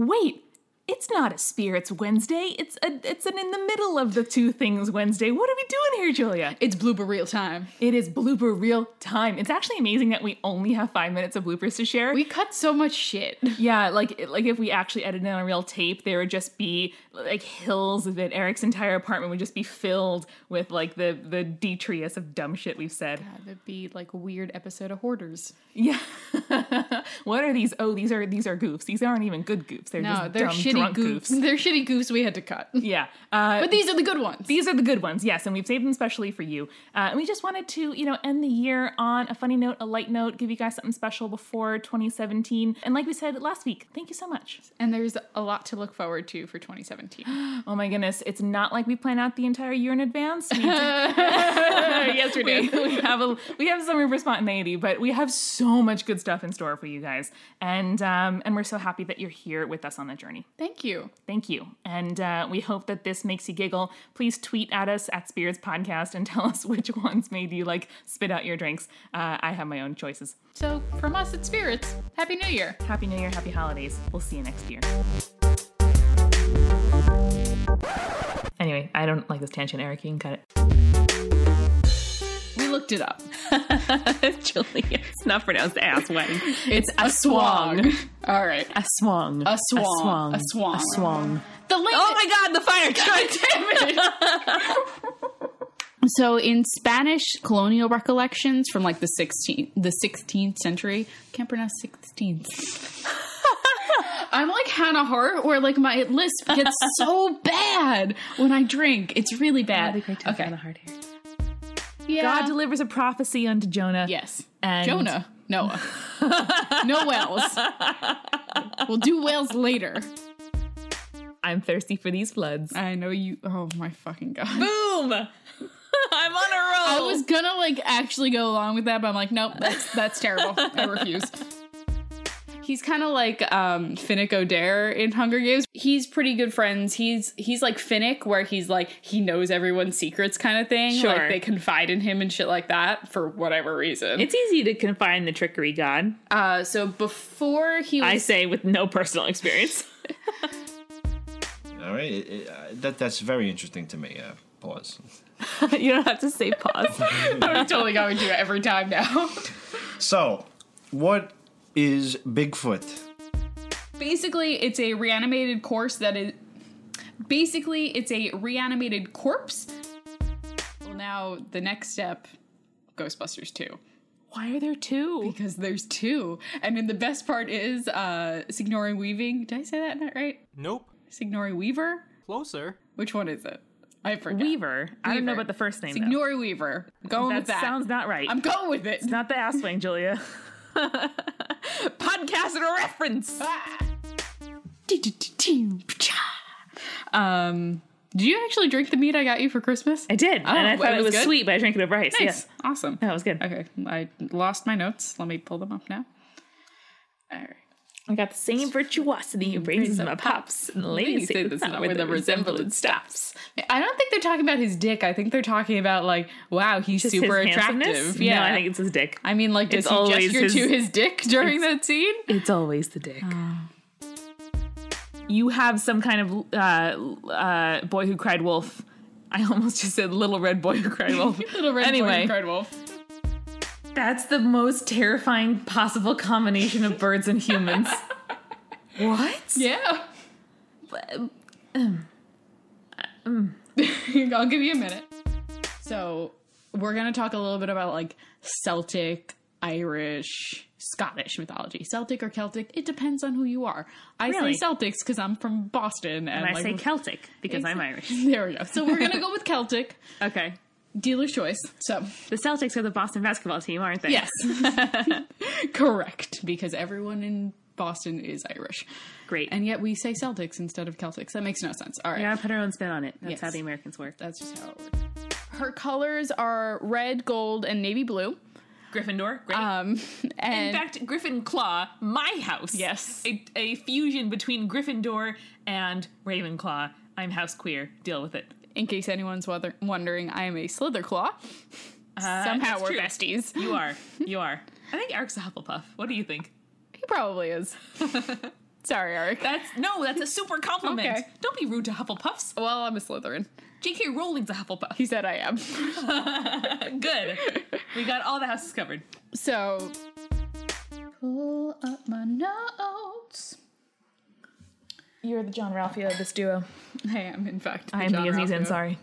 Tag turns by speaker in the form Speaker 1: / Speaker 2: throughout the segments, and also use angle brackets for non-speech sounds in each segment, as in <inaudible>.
Speaker 1: Wait, it's not a spirits Wednesday. It's a it's an in the middle of the two things Wednesday. What are we doing here, Julia?
Speaker 2: It's blooper real time.
Speaker 1: It is blooper real time. It's actually amazing that we only have five minutes of bloopers to share.
Speaker 2: We cut so much shit.
Speaker 1: yeah, like like if we actually edited it on a real tape, there would just be like hills of it. Eric's entire apartment would just be filled with like the the detritus of dumb shit we've said.
Speaker 2: God, that'd be like a weird episode of Hoarders.
Speaker 1: Yeah. <laughs> what are these? Oh, these are these are goofs. These aren't even good goofs. They're
Speaker 2: No,
Speaker 1: just
Speaker 2: they're
Speaker 1: dumb,
Speaker 2: shitty
Speaker 1: drunk
Speaker 2: goofs.
Speaker 1: goofs.
Speaker 2: They're shitty goofs we had to cut.
Speaker 1: Yeah.
Speaker 2: <laughs>
Speaker 1: Uh,
Speaker 2: But these are the good ones.
Speaker 1: These are the good ones, yes, and we've saved them specially for you. Uh, and we just wanted to, you know, end the year on a funny note, a light note, give you guys something special before 2017. And like we said last week, thank you so much.
Speaker 2: and there's a lot to look forward to for 2017. <gasps>
Speaker 1: Oh my goodness, it's not like we plan out the entire year in advance. <laughs> We,
Speaker 2: yes,
Speaker 1: <laughs>
Speaker 2: we
Speaker 1: we,
Speaker 2: do.
Speaker 1: we have a we have some room for spontaneity, but we have so much good stuff in store for you guys, and um, and we're so happy that you're here with us on the journey.
Speaker 2: Thank you.
Speaker 1: Thank you. And uh, we hope that this makes you giggle. Please tweet at us at Spirits Podcast and <laughs> tell us which ones made you like spit out your drinks. Uh, I have my own choices.
Speaker 2: So from us at Spirits, Happy New Year.
Speaker 1: Happy New Year, happy holidays. We'll see you next year. Anyway, I don't like this tangent, Eric. You can cut it.
Speaker 2: We looked it up.
Speaker 1: <laughs> Julia, it's not pronounced ass wedding.
Speaker 2: <laughs> It's a swang. All right.
Speaker 1: A swang.
Speaker 2: A swang. A swang. A swang. Oh, The link.
Speaker 1: Oh god, the fire
Speaker 2: damn it. <laughs> so in Spanish colonial recollections from like the 16th the 16th century, can't pronounce <laughs> 16th. I'm like Hannah Hart, where like my lisp gets so bad when I drink. It's really bad. okay.
Speaker 1: hard hair.
Speaker 2: Yeah.
Speaker 1: <laughs> God delivers a prophecy unto Jonah.
Speaker 2: yes.
Speaker 1: And
Speaker 2: Jonah. Noah. no <laughs> whales. We'll do whales later.
Speaker 1: I'm thirsty for these floods.
Speaker 2: I know you. Oh my fucking god.
Speaker 1: Boom! <laughs> I'm on a roll.
Speaker 2: I was gonna like actually go along with that, but I'm like, nope, that's that's terrible. I refuse. He's kind of like um, Finnick O'Dare in Hunger Games. He's pretty good friends. He's he's like Finnick, where he's like he knows everyone's secrets, kind of thing.
Speaker 1: Sure.
Speaker 2: like they confide in him and shit like that for whatever reason.
Speaker 1: It's easy to confine the trickery god.
Speaker 2: uh, so before he was
Speaker 1: I
Speaker 2: <laughs>
Speaker 1: say with no personal experience.
Speaker 3: All right, it, it, uh, that that's very interesting to me. Uh, pause.
Speaker 1: <laughs> you don't have to say pause.
Speaker 2: I'm totally going to do it every time now.
Speaker 3: So, what is Bigfoot?
Speaker 2: basically it's a reanimated corpse that is basically it's a reanimated corpse well now the next step ghostbusters 2
Speaker 1: <laughs> Why are there two?
Speaker 2: because there's two and then the best part is uh signori weaving did i say that not right
Speaker 4: Nope.
Speaker 2: signori weaver
Speaker 4: Closer.
Speaker 2: which one is it i forget
Speaker 1: Weaver. I don't know
Speaker 2: Weaver.
Speaker 1: about the first name. though.
Speaker 2: signori weaver going
Speaker 1: That
Speaker 2: with that
Speaker 1: sounds not right.
Speaker 2: i'm going with it
Speaker 1: It's <laughs> not the ass wing, Julia. <laughs> Podcast and a reference.
Speaker 2: <laughs> um do you actually drink the meat i got you for christmas
Speaker 1: I Uh, did,
Speaker 2: Oh,
Speaker 1: and I thought
Speaker 2: it
Speaker 1: it
Speaker 2: was
Speaker 1: was
Speaker 2: good?
Speaker 1: sweet, but I drank it over ice.
Speaker 2: nice
Speaker 1: Yeah.
Speaker 2: awesome
Speaker 1: That was good.
Speaker 2: Okay, I lost my notes. Let me pull them up now. All right.
Speaker 1: I got the same virtuosity and raises my pops. And the ladies say that's not where the resemblance stops.
Speaker 2: I don't think they're talking about his dick. I think they're talking about like, wow, he's
Speaker 1: Just
Speaker 2: super
Speaker 1: his handsomeness?
Speaker 2: attractive. Yeah,
Speaker 1: No, I think it's his dick.
Speaker 2: I mean, like, does
Speaker 1: it's
Speaker 2: he
Speaker 1: always
Speaker 2: gesture
Speaker 1: his-
Speaker 2: to his dick during that scene?
Speaker 1: It's always the dick. Uh, You have some kind of uh, uh, boy who cried wolf. I almost just said little red boy who cried <laughs> wolf.
Speaker 2: Little red
Speaker 1: anyway,
Speaker 2: boy, incredible.
Speaker 1: that's the most terrifying possible combination of birds and humans. <laughs> what?
Speaker 2: <laughs> Yeah. Um,
Speaker 1: But-
Speaker 2: <laughs> I'll give you a minute. So we're gonna talk a little bit about like Celtic, Irish, Scottish mythology. Celtic or Celtic, it depends on who you are. I
Speaker 1: Really?
Speaker 2: say Celtics because I'm from Boston,
Speaker 1: And
Speaker 2: and,
Speaker 1: I
Speaker 2: like,
Speaker 1: say Celtic because I'm Irish.
Speaker 2: <laughs> There we go. So we're gonna go with Celtic.
Speaker 1: Okay.
Speaker 2: Dealer's choice. So
Speaker 1: The <laughs> Celtics are the Boston basketball team, aren't they?
Speaker 2: yes, correct. Because everyone in Boston is Irish.
Speaker 1: Great.
Speaker 2: And yet we say Celtics instead of Celtics. That makes no sense. All right.
Speaker 1: We gotta put our own spin on it. That's
Speaker 2: Yes.
Speaker 1: how the Americans work.
Speaker 2: That's just how it works. Her colors are red, gold, and navy blue.
Speaker 4: Gryffindor, great.
Speaker 2: Um, and
Speaker 4: In fact, Griffin Claw, my house.
Speaker 1: Yes.
Speaker 4: A, a fusion between Gryffindor and Ravenclaw. I'm house queer. Deal with it.
Speaker 2: in case anyone's wother- wondering, I am a
Speaker 1: Uh,
Speaker 2: Slitherclaw. Somehow
Speaker 4: that's
Speaker 2: we're
Speaker 4: Uh, true.
Speaker 2: besties. <laughs>
Speaker 4: You are. You are. I think Eric's a Hufflepuff. What do you think?
Speaker 2: He probably
Speaker 1: <laughs>
Speaker 2: is. Sorry, Eric.
Speaker 4: That's no, that's a super
Speaker 2: <laughs>
Speaker 4: compliment.
Speaker 2: Okay.
Speaker 4: Don't be rude to Hufflepuffs.
Speaker 2: well, I'm a Slytherin.
Speaker 4: J.K. Rowling's a Hufflepuff.
Speaker 2: <laughs> He said I am.
Speaker 4: Good. We got all the houses covered.
Speaker 2: So, pull up my notes.
Speaker 1: You're the John Ralphio of this duo.
Speaker 2: I am, in fact.
Speaker 1: I am the
Speaker 2: John
Speaker 1: Izzy's in,
Speaker 2: Ralphio.
Speaker 1: sorry.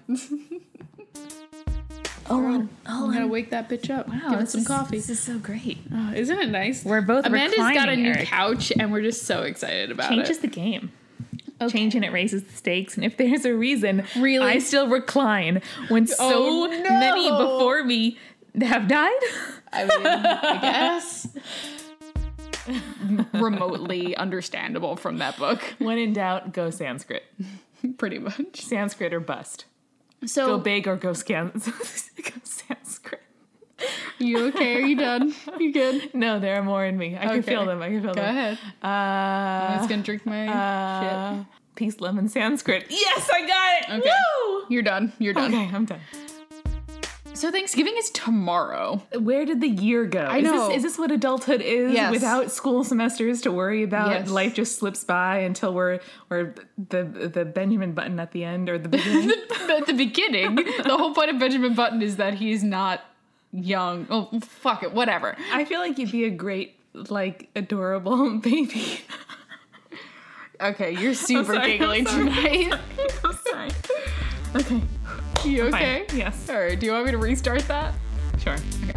Speaker 2: I'm gonna wake that bitch up. Wow, give it some coffee.
Speaker 1: This is so great.
Speaker 2: Oh, isn't it nice?
Speaker 1: We're both
Speaker 2: Amanda's got a
Speaker 1: reclining,
Speaker 2: new
Speaker 1: Eric.
Speaker 2: couch, and we're just so excited about
Speaker 1: Changes
Speaker 2: it.
Speaker 1: the game. Changing it raises the stakes, and if there's a reason,
Speaker 2: Really?
Speaker 1: I still recline when so
Speaker 2: Oh, no.
Speaker 1: many before me have died. <laughs>
Speaker 2: I mean, I <laughs> guess remotely understandable from that book, <laughs>
Speaker 1: When in doubt, go Sanskrit.
Speaker 2: pretty much.
Speaker 1: Sanskrit or bust. Go
Speaker 2: So,
Speaker 1: big or go, scan- <laughs> go Sanskrit.
Speaker 2: you okay? Are you done? You good?
Speaker 1: No, there are more in me. I can
Speaker 2: Okay.
Speaker 1: feel them. I can feel
Speaker 2: Go
Speaker 1: them.
Speaker 2: ahead. I'm
Speaker 1: Uh,
Speaker 2: just gonna drink my
Speaker 1: uh, Peace, love, and Sanskrit. Yes, I got it.
Speaker 2: Okay.
Speaker 1: Woo!
Speaker 2: shit. You're done. You're done.
Speaker 1: Okay, I'm done.
Speaker 2: So Thanksgiving is tomorrow.
Speaker 1: Where did the year go?
Speaker 2: I
Speaker 1: is
Speaker 2: know.
Speaker 1: This, is this what adulthood is
Speaker 2: Yes.
Speaker 1: without school semesters to worry about?
Speaker 2: Yes.
Speaker 1: Life just slips by until we're we're the the Benjamin Button at the end or the
Speaker 2: <laughs>
Speaker 1: beginning.
Speaker 2: At the beginning, the whole point of Benjamin Button is that he's not young. Oh, fuck it. Whatever.
Speaker 1: I feel like you'd be a great like adorable <laughs> baby.
Speaker 2: Okay, you're super
Speaker 1: sorry, <laughs> I'm
Speaker 2: giggling
Speaker 1: sorry.
Speaker 2: tonight. <laughs>
Speaker 1: I'm sorry. Okay.
Speaker 2: You
Speaker 1: fine.
Speaker 2: okay?
Speaker 1: Yes.
Speaker 2: <laughs> All right. Do you want me to restart that?
Speaker 1: Sure.
Speaker 2: Okay.